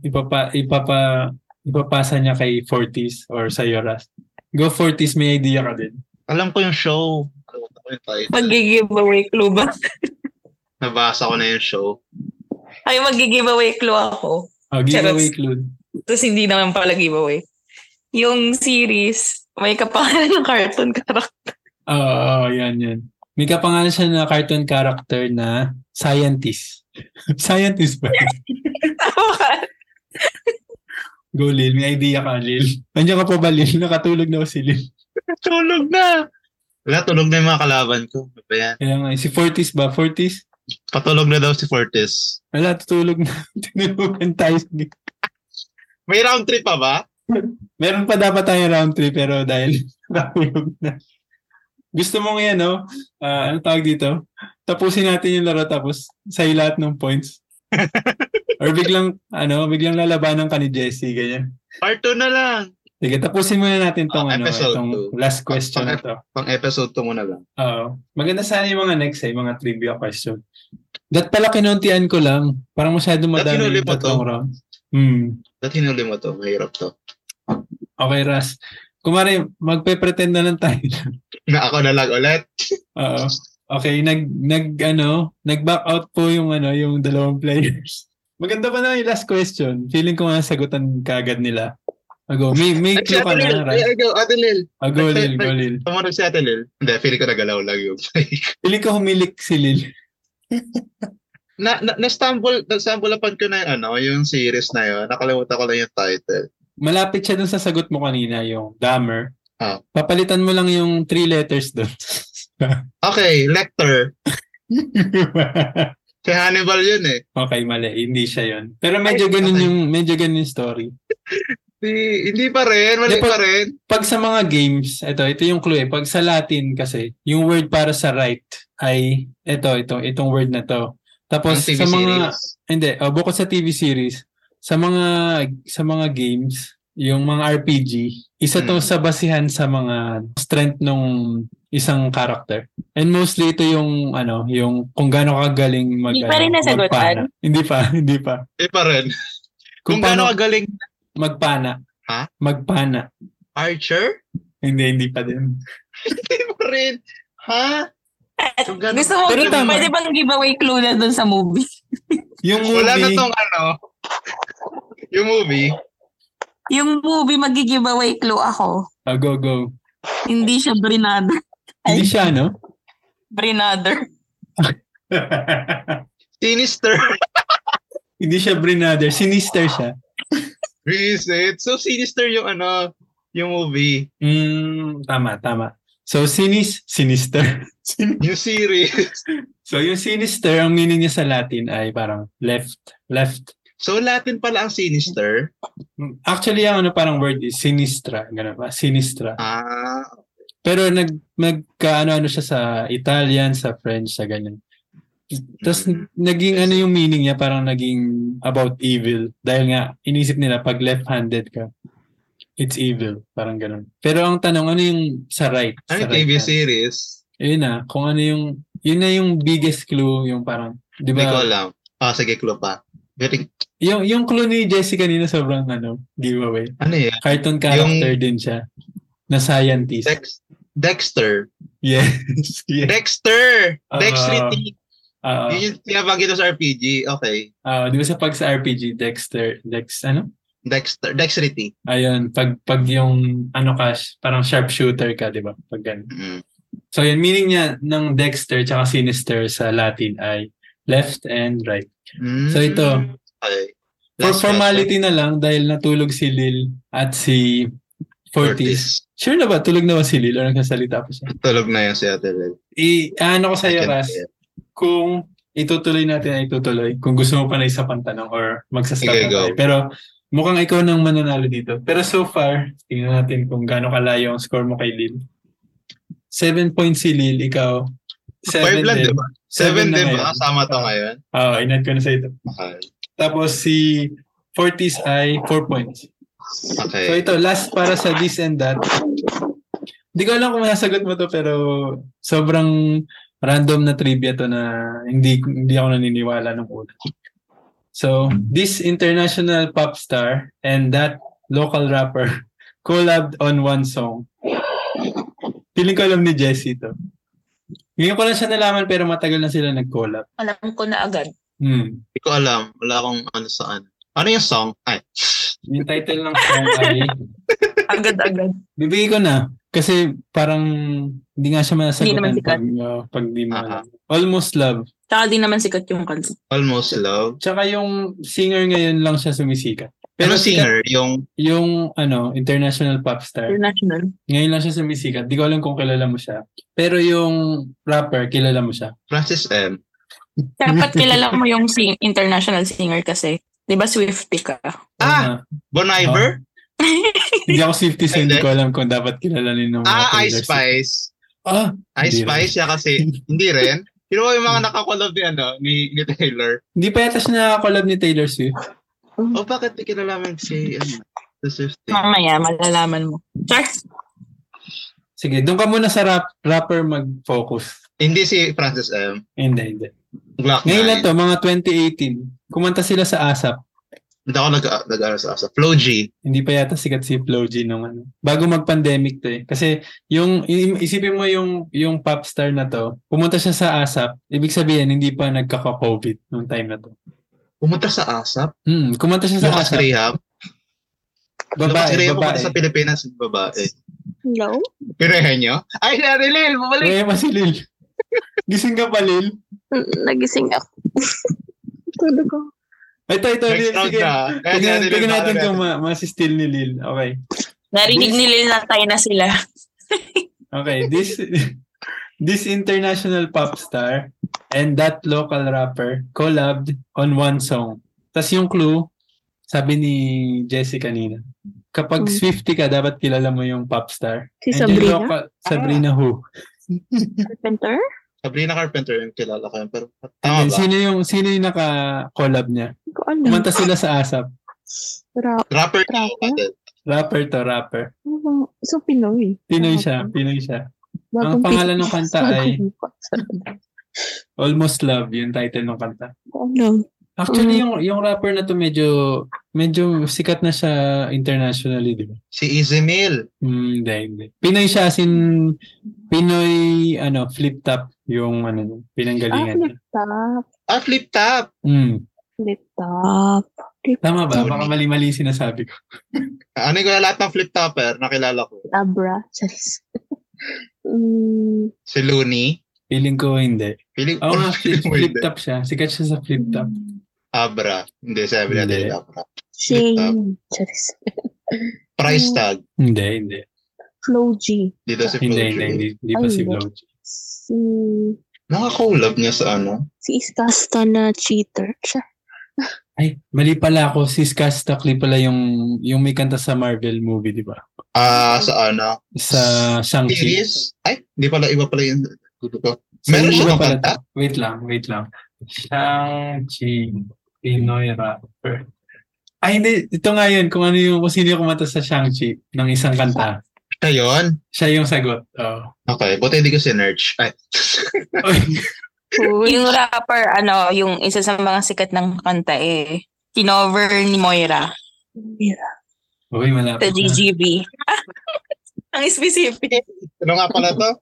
ipapa, ipapa, ipapasa niya kay 40s or sa Yoras. Go 40s, may idea ka din. Alam ko yung show. Alam ko yung title. Mag-giveaway clue ba? Nabasa ko na yung show. Ay, mag-giveaway clue ako. Oh, giveaway Charot. clue. Tapos hindi naman pala giveaway. Yung series, may kapangalan ng cartoon character. Oo, oh, yan, yan. May kapangalan siya na cartoon character na scientist. scientist ba? Tama ka. Go, Lil. May idea ka, Lil. Andiyan ka pa ba, Lil? Nakatulog na ako si Lil. Tulog na! Wala, tulog na yung mga kalaban ko. Ano ba yan? Kaya nga, si Fortis ba? Fortis? Patulog na daw si Fortis. Wala, tutulog na. Tinulogan tayo. Sige. May round trip pa ba? Meron pa dapat tayong round 3 pero dahil nakatulog na. Gusto mong yan, no? Ah, ano tawag dito? Tapusin natin yung laro tapos sa lahat ng points. Or biglang, ano, biglang lalabanan ka ni Jesse, ganyan. Part 2 na lang. Sige, tapusin muna natin tong, Ah, ano, episode itong two. last question na Pang- to. Pang episode 2 muna lang. Oo. Maganda sana yung mga next eh, mga trivia question. That pala kinuntian ko lang. Parang masyado madami hinuli yung mo to? tatlong round. Hmm. Ba't hinuli mo to? Mahirap to. Okay, Ras. Kumari, magpe-pretend na lang tayo. Na ako na lang ulit. Oo. Okay, nag, nag, ano, nag-back out po yung, ano, yung dalawang players. Maganda pa na yung last question. Feeling ko nga sagutan kagad nila. Ago, may, may clue ka na, Ay, Ras. ay, go, Ate Lil. Ago, Lil, go, Lil. Tumunod si Ate Lil. Hindi, feeling ko nagalaw lang yung Feeling ko humilik si Lil. na, na, na-stumble, na-stumble upon ko na yung, ano, yung series na yun. Nakalimutan ko lang yung title. malapit siya dun sa sagot mo kanina, yung dammer. Ah. Papalitan mo lang yung three letters dun. Okay, Lecter. Si Hannibal yun eh. okay, mali. Hindi siya yon Pero medyo ganun okay. yung, medyo ganun yung story. Di, hindi pa rin, mali Hindi pa- pa rin. Pag sa mga games, ito, ito yung clue eh. Pag sa Latin kasi, yung word para sa right ay, ito, ito, itong word na to. Tapos Ang TV sa mga, series. hindi, oh, bukod sa TV series, sa mga, sa mga games, yung mga RPG, isa to Hmm. sa basihan sa mga strength nung isang character. And mostly ito yung ano, yung kung gaano kagaling mag Hindi pa rin ano, nasagutan? magpana. Hindi pa, hindi pa. Hindi pa rin. Kung, paano gaano kagaling magpana. Ha? Magpana. Archer? Hindi, hindi pa din. Hindi pa rin. Ha? At Kung ganun- gusto mo, Pero give- tama. pwede bang giveaway clue na dun sa movie? Yung movie, Wala na tong ano. Yung movie. Yung movie, magigiveaway clue ako. Ah, go, go. Hindi siya Brinader. Hindi siya, no? Brinader. Sinister. hindi siya Brinader. Sinister siya. Visit. So, sinister yung ano, yung movie. Mm, tama, tama. So, sinis, sinister. Sin- Yung series. So yung sinister, ang meaning niya sa Latin ay parang left, left. So, Latin pala ang sinister. Actually, ang ano parang word is sinistra, ganun ba? Sinistra. Ah, Pero nag magkaano-ano siya sa Italian, sa French, sa ganyan. Tapos Mm. naging ano yung meaning niya, parang naging about evil. Dahil nga, inisip nila, pag left-handed ka, it's evil. Parang ganun. Pero ang tanong, ano yung sa right? ano sa yung right TV hand? series? Yun na, kung ano yung, yun na yung biggest clue, yung parang, di Hindi ko ba? alam. Ah, sige, clue pa. Very, Yung, yung clue ni Jesse kanina sobrang ano, giveaway. ano yan? Cartoon character din siya. Na scientist. Dex, Dexter. yes. yes. Dexter! Ah, Dexterity. Oo. Yun yung tinabanggit sa RPG. Okay. Oo, di ba sa pag sa RPG, Dexter, Dex, ano? Dexter. Dexterity. Ayun, pag, pag yung, ano ka, parang sharpshooter ka, di ba? Pag ganun. Mm. So yun, meaning niya ng Dexter tsaka Sinister sa Latin ay left and right. Mm. So, ito. Okay. For Last formality na lang, dahil natulog si Lil at si Fortis. question. Sure na ba? Tulog na ba si Lil o nagsasalita pa siya? Tulog na yan si Ate Lel. I, ano ko sa'yo, I can Ras, hear. kung itutuloy natin ay itutuloy, kung gusto mo pa na isa pang tanong or magsastab Sige, na go. tayo. Pero mukhang ikaw nang mananalo dito. Pero so far, tingnan natin kung gaano kalayo ang score mo kay Lil. 7 points si Lil, ikaw. Five 7 lang, di ba? diba? Seven, Seven na di ba? ngayon. Ah. Kasama to ngayon. Oo, inat ko na sa ito. Okay. Tapos si 40s ay 4 points. Okay. So ito, last para sa this and that. Hindi ko alam kung masasagot mo to pero sobrang random na trivia to na hindi hindi ako naniniwala nung una. So, this international pop star and that local rapper collabed on one song. Piling ko alam ni Jessie to. Ngayon ko lang siya nalaman pero matagal na sila nag-collab. Alam ko na agad. Hmm. Hindi ko alam. Wala akong ano saan. Ano yung song? Ay. Yung title ng song ay... Agad-agad. Bibigay ko na. Kasi parang hindi nga siya Hindi naman masagutan sikat. pag, uh, pag di mo Aha. alam. Almost Love. Tsaka di naman sikat yung kanta. Almost Love. Tsaka yung singer ngayon lang siya sumisikat. Pero sikat singer, yung yung ano, international pop star. Hmm. International. Ngayon lang siya sumisikat. Di ko alam kung kilala mo siya. Pero yung rapper, kilala mo siya. Francis M. Dapat kilala mo yung sing- international singer kasi. Di ba Swiftie ka? Ano, Ah! Bon Iver? hindi ako safety so hindi Hindi. ko alam kung dapat kilala ni ng mga ah, Taylor Ice Swift. Spice. Ah, Ice Hindi rin. Spice siya kasi hindi rin. Yun ba yung mga nakakolab ni, ano, ni, ni Taylor? Hindi pa yata siya collab ni Taylor Swift. O bakit di kinalaman si, ano, the Swift Ah. thing? Mamaya, malalaman mo. Char! Sige, doon ka muna sa rap, rapper mag-focus. Hindi si Francis M. Hindi, hindi. Glock Ngayon lang to, 9. mga 2018. Kumanta sila sa ASAP. Hindi ako nag, nag-ano sa asa. Flow G. Hindi pa yata sikat si Flo G nung ano. Bago mag-pandemic to eh. Kasi yung, i- isipin mo yung, yung pop star na to, pumunta siya sa ASAP. Ibig sabihin, hindi pa nagkaka-COVID nung time na to. Pumunta sa ASAP. Hmm, kumanta siya sa Lucas ASAP. Graham. Lucas Babae, Graham babae. pumunta sa Pilipinas. Babae. Hello? Pirehan niyo? Ay, narilil! Bumalik! Rema si Lil. Gising ka pa, Lil? N- Nagising ako. Tulog ko. Ito, ito, Next Lil. round Sige. na. Kaya Tignan, narilil tignan na natin ulit. kung ma- masisteal ni Lil. Okay. Narinig ni Lil na tayo na sila. Okay, this this international pop star and that local rapper collabed on one song. Tapos yung clue, sabi ni Jesse kanina, kapag Mm. Swifty ka, dapat kilala mo yung pop star. Si And yung Sabrina local- Sabrina who? Carpenter? Sabrina Carpenter yung kilala ko yun. Pero tama And Ah, ba? sino yung sino yung naka-collab niya? Hindi ko alam. Kumanta sila sa ASAP. Ra- Rapper niya Rapper? kapatid. Rapper to rapper. ano ba? so, Pinoy. Pinoy siya, Pinoy siya. Ang pangalan ng kanta ay- Almost Love, yung title ng kanta. Ano? Actually, Mm. yung yung rapper na to medyo medyo sikat na siya internationally, di ba? Si Easy Meal. Hmm, hindi, hindi. Pinoy siya, as in Pinoy, ano, flip top yung, ano, niya, Ah, pinanggalingan niya. flip top. Ah, Flip Top! Hmm. Flip top. Flip Tama ba? top. Baka mali-mali yung sinasabi ko. Ano ko lahat ng Flip Topper nakilala ko. Abra. Charis. mm, Si Looney. Feeling ko hindi. Feeling Oo nga, flip, Feeling mo Ah, flip hindi. top siya. Sikat siya sa flip top. Abra. Hindi, sabi na Hindi. din Abra. top. Shane. Charis. Price tag. Hindi, hindi. Flow G. Dito si Hindi, Flow hindi, G. hindi. Hindi pa Ay, si hindi. Vlog. Si, Nakakulab niya sa ano? si Iskasta na cheater. Siya. Ay, mali pala ako. Si Scott Stockley pala yung, yung may kanta sa Marvel movie, di ba? Ah, sa ano? Sa Shang-Chi. Series? Ay, hindi pala iba pala yung gulo ko. So, yung Meron siya iba ng pala kanta? to. Wait lang, wait lang. Shang-Chi, Pinoy rapper. Ay, hindi. Ito nga yun, kung ano yung, kung sino yung kumanta sa Shang-Chi ng isang kanta. Siya yun? Siya yung sagot. Oh. Oo. Okay, buti hindi ko sinerch. Ay, Cool. Yung rapper, ano, yung isa sa mga sikat ng kanta eh, kinover ni Moira Uy, malapit na. sa GGB. Ang specific. ano nga pala to?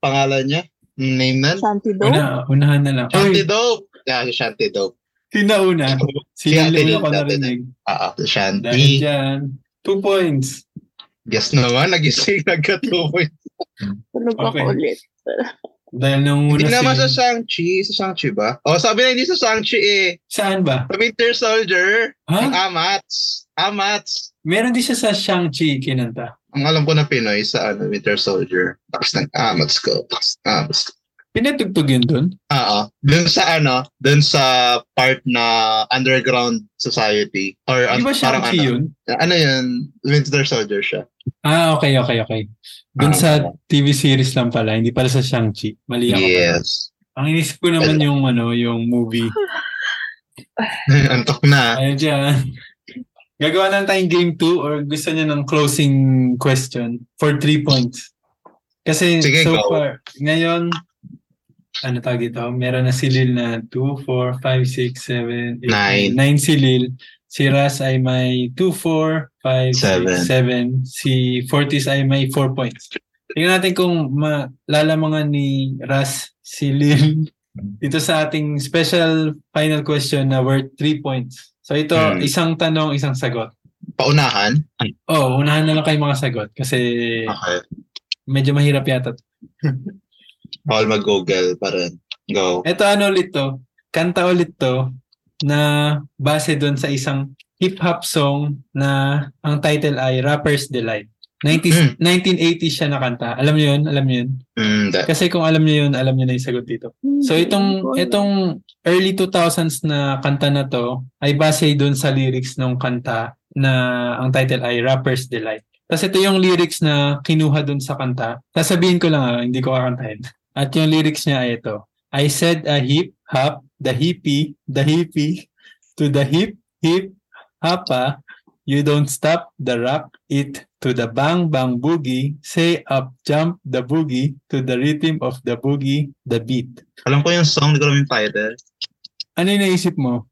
Pangalan niya? Name nun? Shanty Doe. Una, unahan na lang. Uy, Shanty Dope. Yeah, Shanty Dope. sinauna. Sila yung Ate Lil, una ko Ate narinig. Ah, ah, Dahil Shanty. dyan, two points. Yes naman, nagising nagkatuloy. Tulog ako Okay. ulit. Dahil nung Hindi una naman sa si... Shang-Chi. Sa Shang-Chi ba? Oh, sabi na hindi sa Shang-Chi eh. Saan ba? Sa Winter Soldier. Ang Ha? Amats. Amats. Meron din siya sa Shang-Chi kinanta. Ang alam ko na Pinoy sa ano, Winter Soldier. Tapos ah, nag-Amats ko. Tapos Amats ko. Pinatugtog yun dun? Ah, Oo. Dun sa ano, dun sa part na underground society. Or Di ano, ba parang Shang-Chi ano. yun? Ano yun? Winter Soldier siya. Ah, okay, okay, okay. Doon Ah. sa TV series lang pala, hindi pala sa Shang-Chi. Mali ako. Yes. Ang inisip ko naman yung ano, yung movie. Antok na. Ayun dyan. Gagawa lang tayong game 2 or gusto niya ng closing question for 3 points. Kasi Sige, so go. far, ngayon, ano tawag ito? Meron na si Lil na 2, 4, 5, 6, 7, 8, Nine. 9. 9 si Lil. Si Raz ay may 2, 4, 5, 6, 7. Si Fortis ay may 4 points. Tingnan natin kung malalamangan ni Raz si Lil dito sa ating special final question na worth 3 points. So ito, Hmm. isang tanong, isang sagot. Paunahan? Ay, Oh, unahan na lang kayo mga sagot kasi Okay. medyo mahirap yata. to. Bawal mag-google pa rin. Go. Ito ano ulit to? Kanta ulit to na base doon sa isang hip-hop song na ang title ay Rapper's Delight. 90s, 1980s siya nakanta. Alam niyo yun? Alam niyo yun? Mm, that. Kasi kung alam niyo yun, alam niyo na yung sagot dito. Hmm, So itong itong early 2000s na kanta na to ay base doon sa lyrics ng kanta na ang title ay Rapper's Delight. Tapos ito yung lyrics na kinuha doon sa kanta. Sasabihin ko lang ah, hindi ko kakantahin. At yung lyrics niya ay ito. I said a hip hop, the hippie, the hippie, to the hip hip hoppa. You don't stop the rock it to the bang bang boogie. Say up jump the boogie to the rhythm of the boogie, the beat. Alam ko yung song, hindi ko alam yung title. Ano yung naisip mo?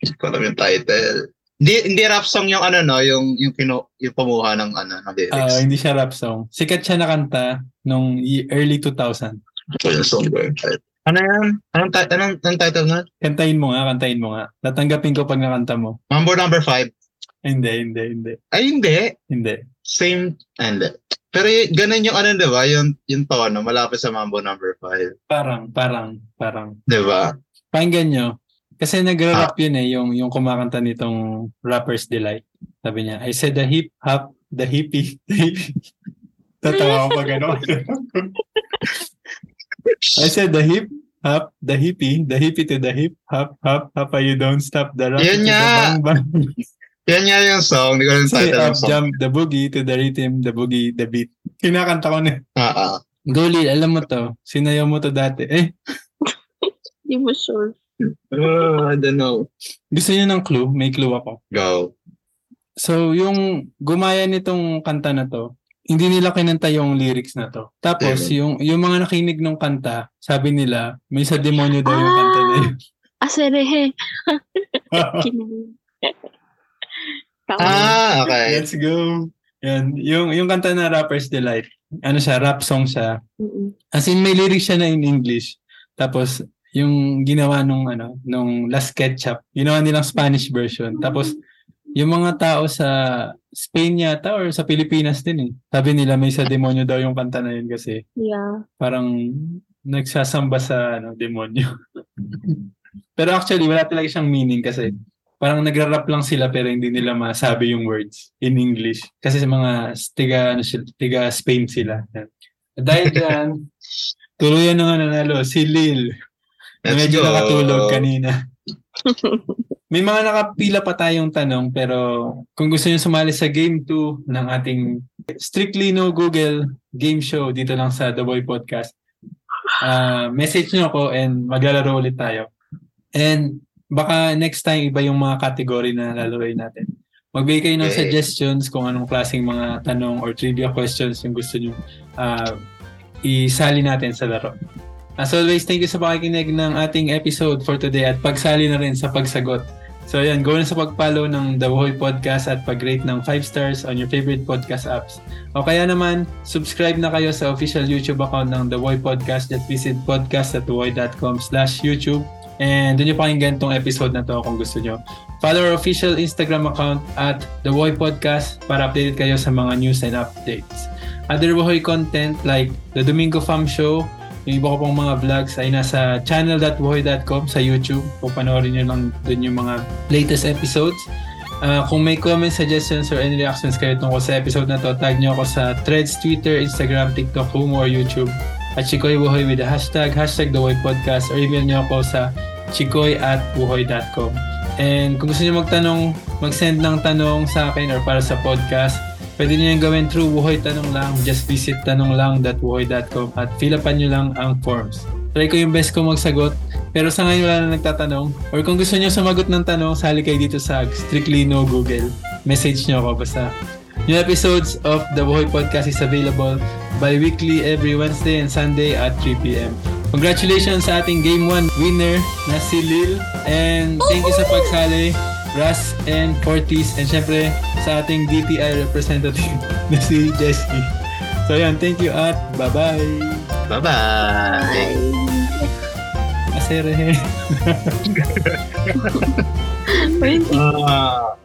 Hindi ko alam yung title. Hindi, hindi rap song yung ano no, yung yung kino, yung kumuha ng ano ng Ah, lyrics. hindi siya rap song. Sikat siya na kanta nung y- early 2000. Hindi ko yung song ba yung title. Ano yan? Anong, ti- anong, anong title na? Kantahin mo nga, kantahin mo nga. Tatanggapin ko pag nakanta mo. Mambo number 5. Hindi, hindi, hindi. Ay, hindi. Hindi. Same, ay, hindi. Pero y- ganun yung ano, di ba? Yung, yung tono, malapit sa Mambo number 5. Parang, parang, parang. Di ba? Pakinggan nyo. Kasi nag-rap yun eh, yung, yung kumakanta nitong Rapper's Delight. Sabi niya, I said the hip hop, the hippie, the hippie. Tatawa ko pa gano'n. I said the hip hop, the hippie, the hippie to the hip hop, hop, hop, you don't stop the rap. Yun to the nga. bang, bang. Yan nga yung song, hindi ko alam yung Say title up, ng song. jump, the boogie to the rhythm, the boogie, the beat. Kinakanta ko na. Ah, ah. Goli, alam mo to. Sinayaw mo to dati. Eh, Hindi mo sure. Ah, I don't know. gusto niyo ng clue? May clue ako. Go. So, yung gumaya nitong kanta na to, hindi nila kinanta yung lyrics na to. Tapos, Amen. yung, yung mga nakinig ng kanta, sabi nila, may sa demonyo daw yung kanta na yun. Ah, Aserehe. Ah. Kinain. Tama. Ah, okay. Let's go. Yan. Yung, yung kanta na Rapper's Delight, ano siya, rap song siya. Mm-mm. As in, may lyrics siya na in English. Tapos, yung ginawa nung, ano, nung Last Ketchup, ginawa nilang Spanish version. Tapos, yung mga tao sa Spain yata or sa Pilipinas din eh. Sabi nila may sa demonyo daw yung kanta na yun kasi Yeah. parang nagsasamba sa ano, demonyo. pero actually, wala talaga siyang meaning kasi parang nagra-rap lang sila pero hindi nila masabi yung words in English. Kasi sa mga tiga, ano, sila, tiga Spain sila. Yan. At Dahil dyan, tuluyan na nga nanalo si Lil. Na Let's medyo go. nakatulog kanina. May mga nakapila pa tayong tanong pero kung gusto niyo sumali sa game 2 ng ating Strictly No Google game show dito lang sa The Boy Podcast, ah, message niyo ako and maglalaro ulit tayo. And baka next time iba yung mga category na lalaroin natin. Magbigay kayo ng Okay. suggestions kung anong klaseng mga tanong or trivia questions yung gusto niyo ah, isali natin sa laro. As always, thank you sa pakikinig ng ating episode for today at pagsali na rin sa pagsagot. So ayan, go na sa pag-follow ng The Wohoy Podcast at pag-rate ng 5 stars on your favorite podcast apps. O kaya naman, subscribe na kayo sa official YouTube account ng The Wohoy Podcast at visit podcast.wohoy.com slash YouTube and doon nyo pakinggan tong episode na to kung gusto nyo. Follow our official Instagram account at The Wohoy Podcast para updated kayo sa mga news and updates. Other Wohoy content like The Domingo Farm Show, yung iba ko pang mga vlogs ay nasa channel.wohoy.com sa YouTube. Kung panoorin nyo lang dun yung mga latest episodes. Ah, kung may comments, suggestions, or any reactions kayo tungkol sa episode na to, tag nyo ako sa Threads, Twitter, Instagram, TikTok, Humo, or YouTube. At Chikoy Wohoy with the hashtag, hashtag The Wohoy Podcast, or email nyo ako sa chikoy at wohoy.com. And kung gusto nyo magtanong, mag-send ng tanong sa akin or para sa podcast, Pwede niyo yung gawin through Wuhoy Tanong Lang. Just visit tanonglang.wuhoy.com at fill upan niyo lang ang forms. Try ko yung best ko magsagot. Pero sa ngayon wala na nagtatanong. Or kung gusto niyo sumagot ng tanong, sali kayo dito sa Strictly No Google. Message niyo ako basta. New episodes of the Wuhoy Podcast is available bi-weekly every Wednesday and Sunday at 3pm. Congratulations sa ating Game 1 winner na si Lil. And thank you sa pagsali. Ras and Fortis and syempre sa ating DTI representative na si Jessie. So yan, thank you at bye-bye. Bye-bye. Asere. Pwede. Ah.